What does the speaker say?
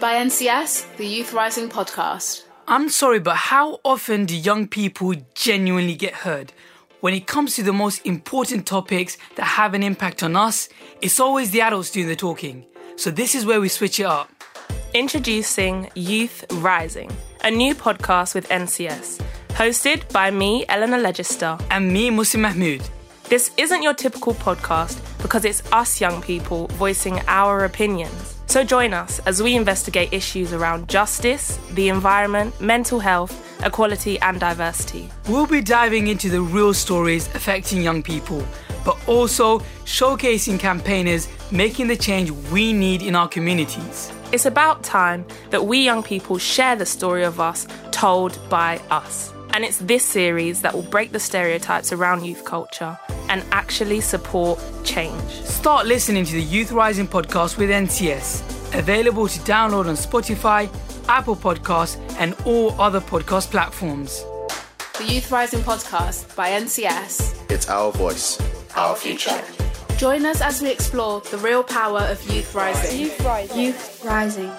by NCS, the Youth Rising podcast. I'm sorry, but how often do young people genuinely get heard? When it comes to the most important topics that have an impact on us, it's always the adults doing the talking. So this is where we switch it up. Introducing Youth Rising, a new podcast with NCS, hosted by me, Eleanor Legister. And me, Muslim Mahmood. This isn't your typical podcast because it's us young people voicing our opinions. So join us as we investigate issues around justice, the environment, mental health, equality, and diversity. We'll be diving into the real stories affecting young people, but also showcasing campaigners making the change we need in our communities. It's about time that we young people share the story of us told by us. And it's this series that will break the stereotypes around youth culture and actually support change. Start listening to the Youth Rising podcast with NCS, available to download on Spotify, Apple Podcasts, and all other podcast platforms. The Youth Rising podcast by NCS. It's our voice, our future. Join us as we explore the real power of youth rising. Youth Rising.